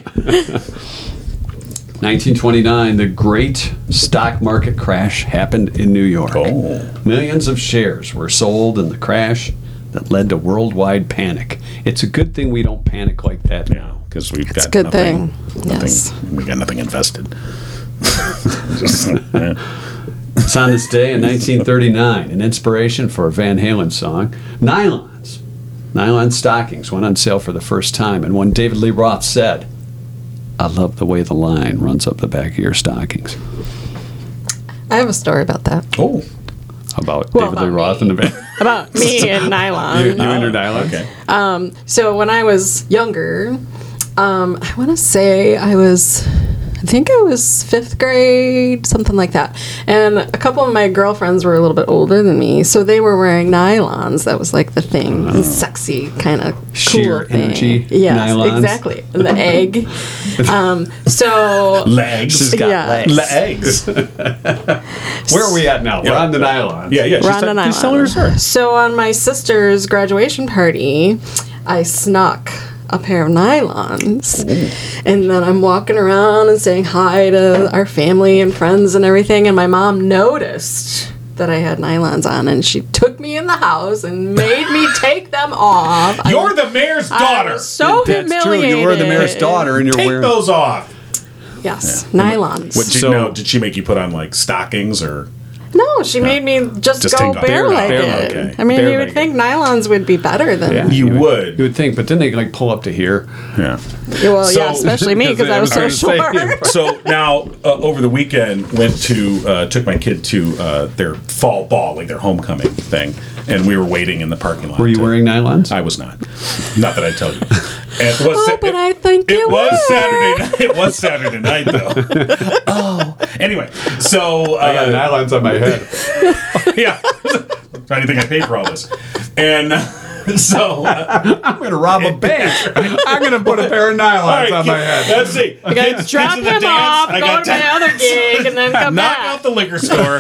1929, the great stock market crash happened in New York.
Oh.
Millions of shares were sold in the crash that led to worldwide panic. It's a good thing we don't panic like that now.
Yeah, because we've got
a good
nothing,
thing.
nothing-
Yes.
we got nothing (laughs) invested. Just, yeah.
It's on this day in 1939, an inspiration for a Van Halen song. Nylons, nylon stockings went on sale for the first time, and one David Lee Roth said, I love the way the line runs up the back of your stockings.
I have a story about that.
Oh,
About
Well,
David Lee
about
Roth and the (laughs) Van
About me and nylon.
Halen nylons.
okay.
So when I was younger, um, I want to say I was, I think I was fifth grade, something like that. And a couple of my girlfriends were a little bit older than me, so they were wearing nylons. That was like the thing, the sexy kind of cool
Sheer
thing.
energy
Yes,
nylons.
exactly. And the
(laughs)
egg. Um, so
Legs.
got Yeah. legs.
Legs.
(laughs) Where are we at now? We're
Yeah.
on the nylons.
Yeah, yeah. she's
Ron
like,
and
"She's selling her
Island.
shirts."
So on my sister's graduation party, I snuck a pair of nylons. And then I'm walking around and saying hi to our family and friends and everything. And my mom noticed that I had nylons on and she took me in the house and made
(laughs)
me take them off. I-
You're the mayor's
I
daughter.
was So
That's true.
humiliated.
You were the mayor's daughter, and you're
Take
wearing
those off.
Yes, nylons.
What, did,
So-
no, did she make you put on like stockings or?
no, she made me just,
Just
go
take off. Bare-
bare legged.
bare- okay.
I mean,
Bare
you
legged.
would think nylons would be better than
Yeah.
You
You
would.
would think, but then they like pull up to here.
Yeah.
Yeah, well,
So-
yeah, especially me because I was
(laughs)
so
was gonna
short.
say,
so now uh, over the weekend went to uh, took my kid to uh, their fall ball like their homecoming thing and we were waiting in the parking lot
Were you
to-
wearing nylons?
i was not not that i tell you it
(laughs)
was
Oh,
Sa-
but
it-
I think
it
you
was
were.
saturday night it was saturday
(laughs)
night though oh anyway so uh,
nylons on my (laughs) head.
yeah trying to think i paid for all this and uh, so uh,
I'm going to rob a bank.
(laughs)
I'm going to put a pair of nylons
all right,
on my
kid-
head.
let's see i
Gotta Drop him off, go to my
(laughs)
other gig, and then come
knock
back.
out the liquor store.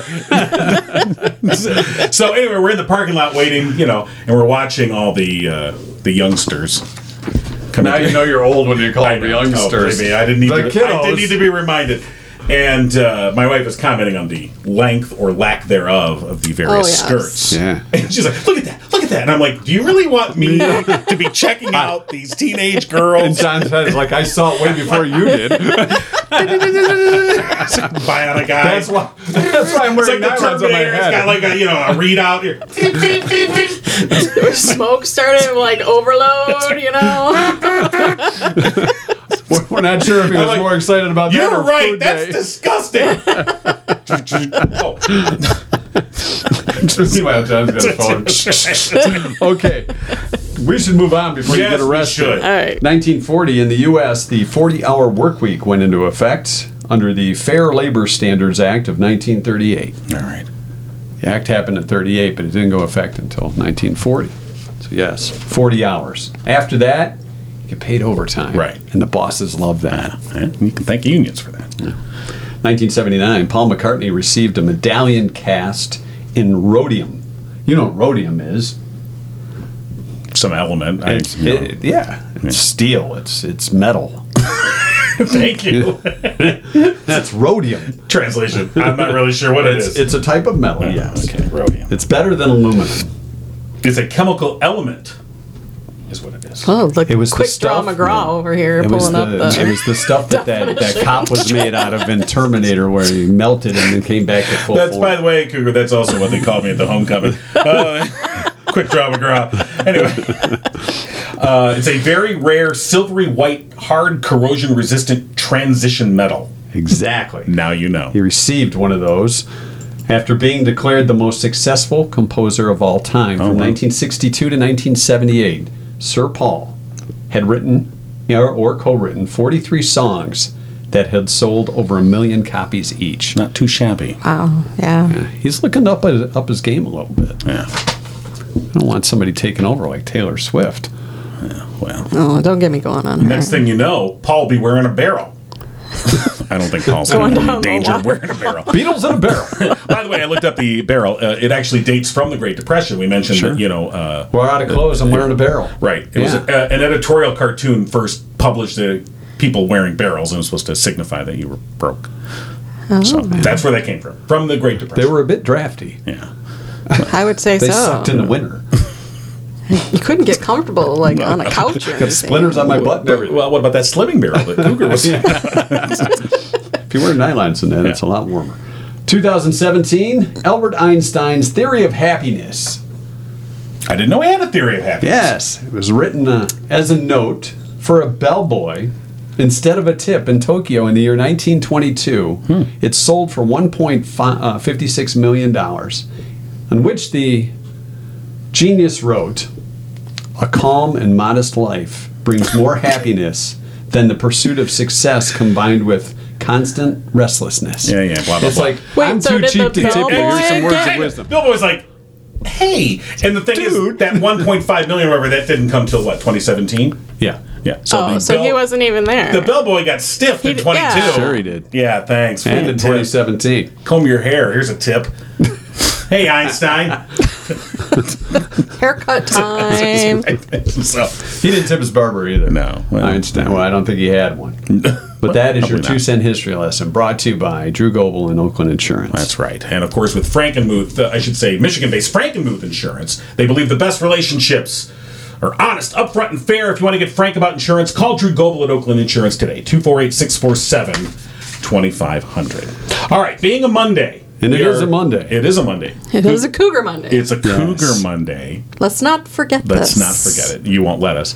(laughs) so anyway, we're in the parking lot waiting, you know, and we're watching all the uh, the youngsters. Come
Now you know you're old when you call
I
them
know. Oh,
youngsters.
believe me, I didn't need
The
to. I
kiddos.
didn't need to be reminded. And uh, my wife was commenting on the length or lack thereof of the various
yes.
skirts.
Yeah.
(laughs) And she's like, "Look at that! Look at at that, and I'm like, do you really want me to be
(laughs)
checking out these teenage
And
girls?
John's head is like, I saw it way before you
(laughs)
did.
Bionic eyes.
That's why. That's why I'm
It's like
wearing
the
nylons on my
Terminator. It's got
head.
like a you know a readout here. (laughs)
Smoke started like overload, you know?
We're- We're not sure if he was
like,
more excited about that.
You're
or
right.
Food
That's
Day.
disgusting. (laughs) Oh.
(laughs) Just smile, John's got
(laughs)
his phone. (laughs) okay, we should move on before you
Yes,
get
we
arrested.
should.
All right.
1940 in the U.S., the 40-hour work week went into effect under the Fair Labor Standards Act of 1938.
All right.
The act happened in 38, but it didn't go effect until 1940. So yes, 40 hours. After that, you get paid overtime.
Right.
And the bosses love that.
You can thank unions for that.
1979, Paul McCartney received a medallion cast in rhodium. You know what rhodium is?
Some element. I-
It's,
you know.
it- yeah, it's steel. It's
(laughs)
it's metal.
thank you.
That's rhodium.
Translation. I'm not really sure what it
It's,
is.
it's a type of metal. Yes.
Okay. Rhodium.
It's better than aluminum.
It's a chemical element. Is what it is.
(laughs) Oh, look,
It was the
quick draw
stuff-
McGraw over here
It was,
pulling up
the,
the.
it was the stuff that, that that cop was made out of in Terminator, where he melted and then came back to full.
That's
form.
by the way, Cougar. That's also what they called me at the homecoming. Uh, quick draw McGraw. Anyway, uh, it's a very rare silvery white, hard, corrosion-resistant transition metal.
exactly.
Now you know.
He received one of those after being declared the most successful composer of all time from 1962 to 1978. Sir Paul had written or, or co-written 43 songs that had sold over a million copies each.
Not too shabby.
(laughs) wow, yeah.
He's looking up his- up his game a little bit.
Yeah.
I don't want somebody taking over like Taylor Swift.
Well.
Oh, don't get me going on. her.
Next thing you know, Paul will be wearing a barrel. I don't think Paul's
Going down
in
the
danger of
water.
wearing a barrel.
Beatles in a barrel.
By the way, I looked up the barrel. Uh, it actually dates from the Great Depression. We mentioned, that, you know, uh,
We're out of clothes. I'm wearing a barrel.
right? It was
Yeah.
a, an editorial cartoon first published the people wearing barrels, and it was supposed to signify that you were broke.
Oh,
So that's where that came from, from the Great
They
Depression.
were a bit drafty.
yeah.
I would say
They
so.
sucked in the winter.
You couldn't get comfortable like on
(laughs)
a couch or anything.
Got splinters on my butt and everything.
Well, what about that slimming barrel that Cougar
(laughs)
was?
If you wear nylons in that, it's a lot warmer. 2017, Albert Einstein's theory of happiness.
I didn't know he had a theory of happiness.
Yes, it was written uh, as a note for a bellboy instead of a tip in Tokyo in the year 1922. It sold for 1.56 uh, million dollars, on which the genius wrote, "A calm and modest life brings more happiness than the pursuit of success combined with constant restlessness."
Yeah, yeah. Blah blah.
It's
blah.
like
Wait,
I'm
so
too
did
cheap
the
to tip you.
bellboy
Here's some words of
get-
(laughs)
wisdom.
Billboy's like, hey. And the thing is, that 1.5 million, whatever, that didn't come till what, 2017?
Yeah.
Yeah.
Oh,
the
so he
Bill-
wasn't even there.
The bellboy got stiffed in
Uh, He-
22.
yeah. Sure
he did.
Yeah, thanks. for
And
the
in
tip.
2017.
Comb your hair. Here's a
(laughs)
tip. hey, Einstein. (laughs)
Haircut time.
so,
He didn't tip his barber either.
No, well-
Einstein. Well, I don't think he
(laughs)
had one. But that is your
Probably not.
two cent history lesson brought to you by Drew Goble and Oakland Insurance.
That's right. And of course, with Frankenmuth, uh, I should say Michigan based Frankenmuth Insurance, they believe the best relationships are honest, upfront, and fair. If you want to get frank about insurance, call Drew Goble at Oakland Insurance today 248 647 2500. All right, being a Monday.
And it
we
is a Monday.
It is a Monday.
It is a Cougar Monday.
It's a Cougar Monday.
Let's not forget
Let's
this.
not forget it. You won't let us.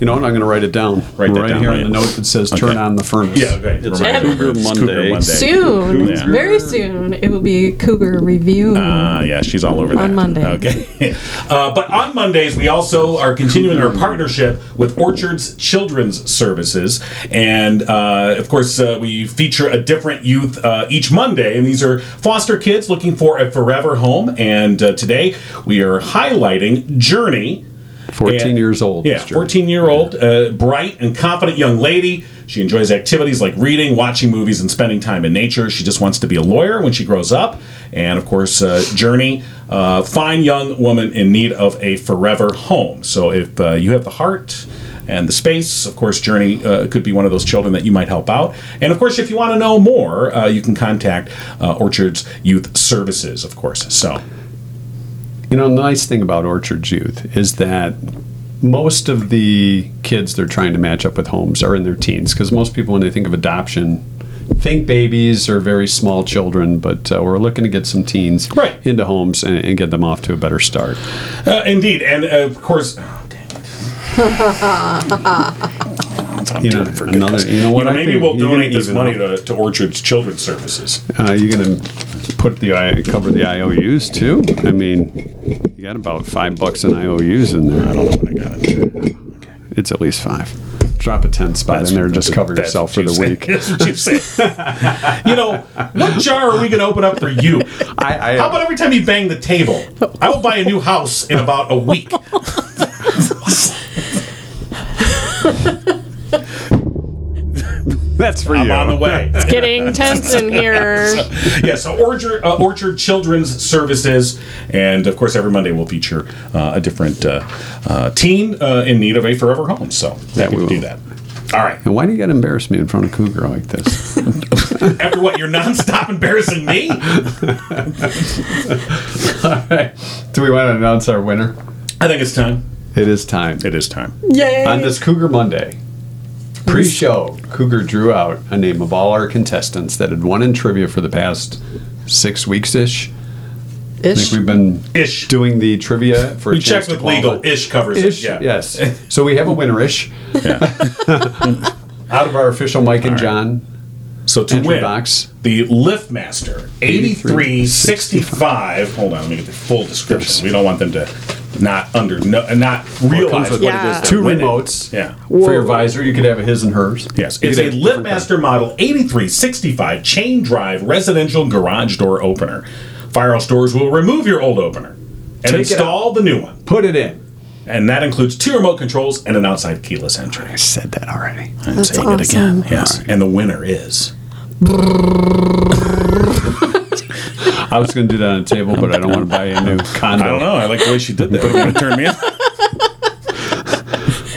You know, and I'm going to write it down
Write that
right
down,
here
right.
on the note that says "Turn on the furnace."
Yeah, okay.
It's
Remember.
Cougar
It's
Monday.
Cougar Monday.
Soon,
Yeah.
very soon, it will be Cougar Review.
Uh,
Ah, yeah, she's all over that.
On Monday.
Okay. (laughs) Uh, but on Mondays, we also are continuing our partnership with Orchards Children's Services. And uh, of course, uh, we feature a different youth uh, each Monday. And these are foster kids looking for a forever home. And uh, today, we are highlighting Journey.
14
Yeah.
years old.
Yeah,
Mr. Drew.
14 year old, uh, bright and confident young lady. She enjoys activities like reading, watching movies, and spending time in nature. She just wants to be a lawyer when she grows up. And of course, uh, Journey, uh, fine young woman in need of a forever home. So if uh, you have the heart, and the space. Of course, Journey uh, could be one of those children that you might help out. And of course, if you want to know more, uh, you can contact uh, Orchards Youth Services, of course. So
You know, the nice thing about Orchard's Youth is that most of the kids they're trying to match up with homes are in their teens because most people, when they think of adoption, think babies or very small children, but uh, we're looking to get some teens
Right.
into homes and, and get them off to a better start.
Uh, indeed, and uh, of course. Oh, damn it. I'm
You
doing
know,
it for good
another,
cause.
you know
You
what?
know,
I
maybe
think
we'll
you're gonna
donate this
even
money
up.
to, to Orchard's Children's Services.
Uh, you're gonna put the I cover the IOUs too. I mean, you got about five bucks in IOUs in there. I don't know what I got. It's at least five. Drop a ten spot in there. Just cover
That's
yourself for
what
the
you
week. (laughs)
said. (laughs) That's what you said. you know, what jar are we going to open up for you?
I, I,
How about every time you bang the table? I will buy a new house in about a week.
that's for
I'm
you.
on the way. (laughs)
(laughs)
Getting tense in here.
yeah, so Orchard, uh, Orchard Children's Services, and of course, every Monday we'll feature uh, a different uh, uh, teen uh, in need of a forever home. So that
we
we
will.
do that. All right.
And why do you got to embarrass me in front of Cougar like (laughs) this?
After what, you're nonstop (laughs) embarrassing me?
(laughs)
I
do we want to announce our winner?
think it's time.
It is time.
It is time.
Yay!
On this Cougar Monday, pre show, Cougar drew out a name of all our contestants that had won in trivia for the past six weeks ish. I think
Ish.
we've been
Ish.
doing the trivia for a
We
chance
checked with
to
legal.
qualify.
Ish covers
Ish,
it. Yeah.
yes. So we have a winner ish. (laughs) Out of our official Mike and John
So to
entry
win
box.
the Liftmaster 8365. Hold on, let me get the full description. We don't want them to not under no, not realize what it is.
with
Yeah.
they're
Two
winning.
remotes
Yeah.
for your visor. You could have a his and hers.
Yes,
You
it's
could
a
have different kinds.
LiftMaster model 8365 chain drive residential garage door opener. Firehouse Doors will remove your old opener and
Take it
install the new one,
Put it in.
and that includes two remote controls and an outside keyless entry.
Said that already.
I'm
That's
saying it
awesome.
again. Yes, and the winner is.
I was going to do that on the table, but I don't want to buy a new
(laughs)
condo.
I don't know. I like the way she did that. It would turn me on.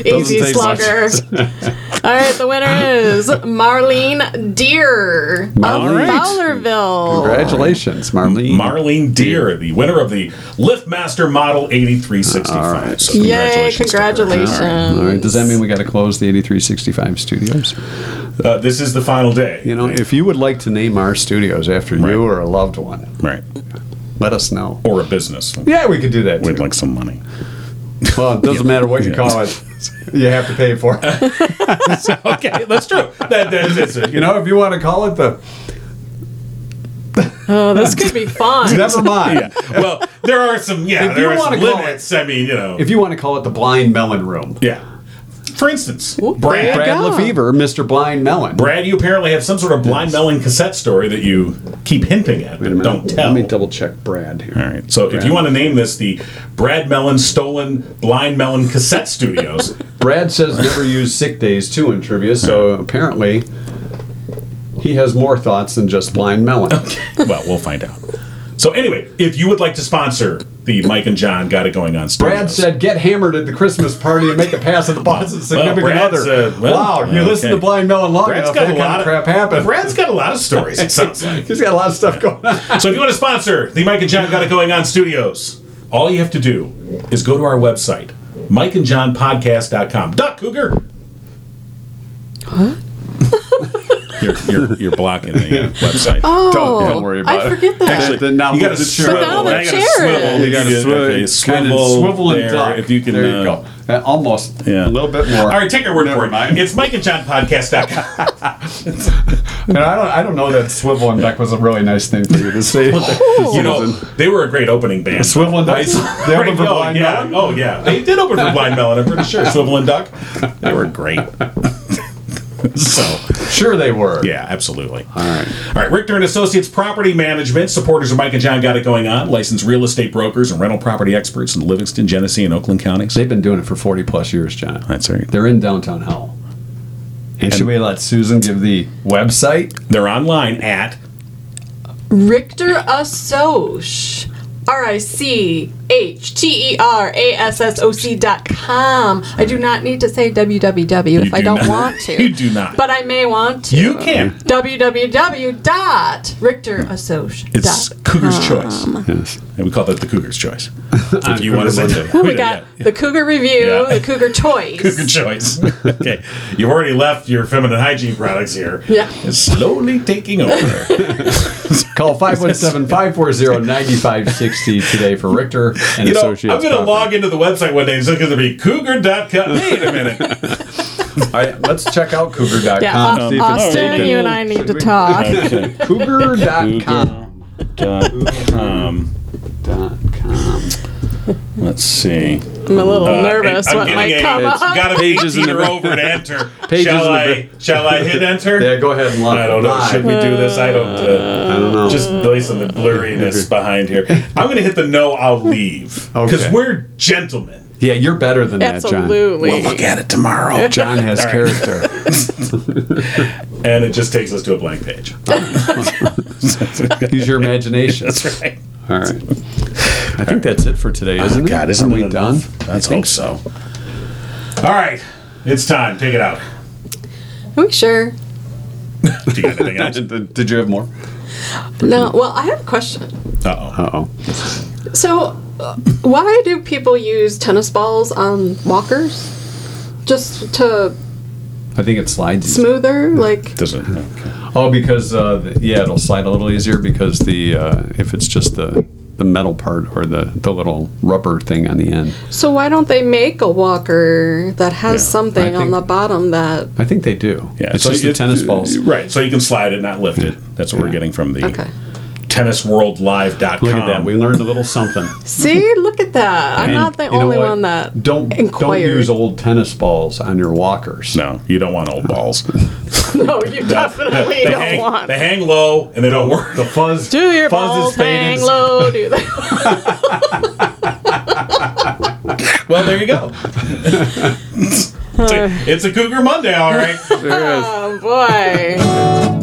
Easy
take much.
slugger.
(laughs)
All right, the winner is Marlene Deer of
right.
Fowlerville.
Congratulations, Marlene.
Marlene Deer, the winner of the LiftMaster Model 8365. So
Yay,
congratulations to her.
congratulations.
All right. Does that mean we got to close the 8365 studios?
Uh, this is the final day.
You know, if you would like to name our studios after
Right.
you or a loved one,
(laughs) Right.
let us know.
Or a business.
Yeah, we could do that.
We'd
Too.
like some money.
Well, it doesn't matter what you call it, you have to pay for it.
(laughs) okay, that's true. That, that is it.
You know, if you want to call it the
Oh, this could be
(laughs)
fun.
(laughs)
never mind.
Well, there are some, yeah,
If
there
you
are some
wanna call
limits. I mean, you know.
If you want to call it the Blind Melon Room,
yeah. For instance,
there
Brad.
you
Brad
go.
Lefevre, Mr. Blind Melon.
Brad, you apparently have some sort of blind melon cassette story that you keep hinting at, but don't tell.
Let me double check Brad here.
All right. So if you want to name this the Brad Mellon Stolen Blind Melon Cassette
(laughs)
Studios,
Brad says never use sick days too in trivia, so apparently he has more thoughts than just blind melon.
(laughs) well, we'll find out. So anyway, if you would like to sponsor the Mike and John Got It Going On Studios.
Brad said, "Get hammered at the Christmas party and make a pass at the boss and significant
Brad's,
other."
uh, well,
wow, you
okay.
listen to Blind Melon long
Brad's
enough,
got
that
a lot
kind
of
of crap happens.
Brad's got a lot of stories, it sounds
(laughs)
like.
He's got a lot of stuff going on.
So if you want to sponsor the Mike and John Got It Going On Studios, all you have to do is go to our website, mikeandjohnpodcast.com. Duck Cougar! Huh? you're, you're, you're blocking the uh, website. Oh,
Don't, don't worry about
I
it.
forget that.
Actually, the novel
you gotta
the
swivel.
But now the
I gotta
chair
swivel.
is.
You gotta swivel. Okay, swivel there, If you can,
there you
uh,
go. Uh, almost
yeah.
a little bit more.
All right, take your word
Never
for it.
mind.
It's (laughs) mikeandjohnpodcast.com.
And I don't, I don't know that swivel and Beck was a really nice thing for you to (laughs) say. Oh.
you know, they were a great opening band.
Swivel and Dice. They opened for
Right, oh,
Blind
yeah.
Melon.
Oh, yeah. They did open for Blind Melon, I'm pretty sure. Swivel and Duck. They were great. (laughs) so,
Sure, they were.
yeah, absolutely. All right. All right. Richter and Associates Property Management, supporters of Mike and John Got It Going On, licensed real estate brokers and rental property experts in Livingston, Genesee, and Oakland counties.
They've been doing it for 40 plus years, John.
That's right.
They're in downtown Howell. And, should we let Susan give the website?
They're online at
Richter Assoc. R I C H T E R A S S O C dot com. I do not need to say www if
You
I
do
don't
not.
want to.
(laughs) You do not.
But I may want to.
You can.
www.richterassoc.com.
It's
Um.
Cougar's Choice. And we call that the Cougar's
(laughs)
Choice. if you want to say that.
We got the Cougar Review,
Yeah.
the Cougar Choice.
(laughs) Cougar Choice. (laughs) okay. You've already left your feminine hygiene products here.
Yeah.
It's slowly taking
(laughs)
over. (laughs)
Call 517-540-9560 today for Richter and
you know, I'm
Associates.
going to log into the website one day. It's going to be cougar.com. Wait a
(laughs)
minute.
All right, let's check out cougar.com.
yeah, Au-
see if it's
Austin,
taken.
you and I need to talk.
Cougar.com.
um, let's see.
I'm a little nervous
Uh, I'm
what
getting
might
a-
come
it's
up.
Gotta
Pages
pages
in the-
over to enter.
(laughs) Pages in
shall
the-
I? Shall I hit enter?
Yeah, go ahead and log
I don't know. Should we do this? I don't. Uh,
I don't know.
Just based on the blurriness behind here, I'm going to hit the no. I'll leave because
(laughs) Okay.
we're gentlemen.
yeah, you're better than
Absolutely.
at it tomorrow.
that, John. John has
All right.
character.
(laughs) And it just takes us to a blank
(laughs)
page.
Use your imagination.
That's right.
All right. I think that's it for today, isn't it?
Oh God, isn't
Are we
it
done?
enough? Let's hope so. All right, it's time. Take it out.
Are we sure?
Do you got anything else?
(laughs) Did did you have more?
No. Well, I have a question.
Uh-oh.
Uh-oh.
So, uh, why do people use tennis balls on walkers? Just to
I think it slides.
smoother, like
Doesn't.
Oh, because uh, the- yeah, it'll slide a little easier because the uh, if it's just the the metal part or the the little rubber thing on the end.
so? Why don't they make a walker that has
Yeah,
something
I
on
think-
the bottom that?
I think they do.
Yeah,
it's just the
you-
tennis balls.
Right, so you can slide it, not lift it. That's what we're getting from the
Okay.
tennisworldlive.com.
Look at that. We learned a little something.
See, look at that. I'm
And
not the
you know
only
what?
one that
don't
inquired.
don't use old tennis balls on your walkers.
no, you don't want old balls.
(laughs) No,
(laughs)
you definitely
they,
don't
hang,
want.
they hang low and they don't work.
The fuzz
do your
fuzz is
balls
faded.
hang low? Do that.
Well, there you
(laughs)
go. (laughs) it's, a, it's a Cougar Monday, all right.
Oh boy. (laughs)